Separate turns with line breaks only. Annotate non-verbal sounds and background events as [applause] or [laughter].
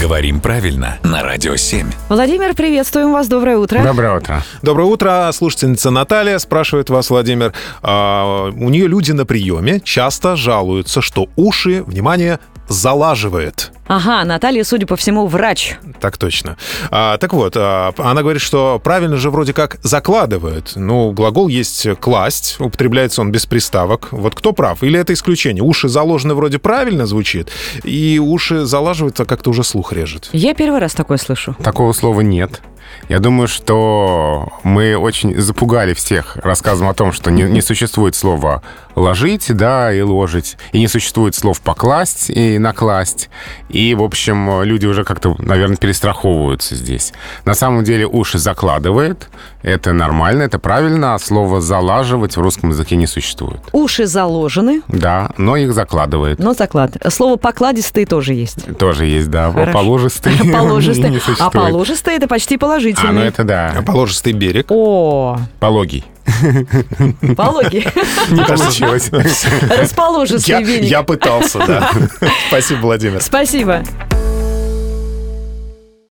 Говорим правильно на Радио 7.
Владимир, приветствуем вас. Доброе утро.
Доброе утро.
Доброе утро, слушательница Наталья, спрашивает вас Владимир. А, у нее люди на приеме часто жалуются, что уши, внимание, залаживает.
Ага, Наталья, судя по всему, врач.
Так точно. А, так вот, а, она говорит, что правильно же вроде как закладывает. Ну, глагол есть класть, употребляется он без приставок. Вот кто прав? Или это исключение? Уши заложены вроде правильно звучит, и уши залаживаются, а как-то уже слух режет.
Я первый раз такое слышу.
Такого слова нет. Я думаю, что мы очень запугали всех рассказом о том, что не, не существует слова «ложить», да, и «ложить», и не существует слов «покласть» и «накласть». И, в общем, люди уже как-то, наверное, перестраховываются здесь. На самом деле уши закладывает, это нормально, это правильно, а слово «залаживать» в русском языке не существует.
Уши заложены,
Да, но их закладывает.
но заклад. Слово «покладистые» тоже
[laughs]
есть.
Тоже есть, да,
Хорошо.
положистый.
[laughs] Положистые.
[laughs] не
А
существует.
положистые – это почти
А, ну
положительные.
это да,
Положистый берег.
О,
пологий.
пологи. [laughs]
Не получилось.
Расположистые
Я,
веник.
я пытался, да. [laughs] Спасибо, Владимир.
Спасибо.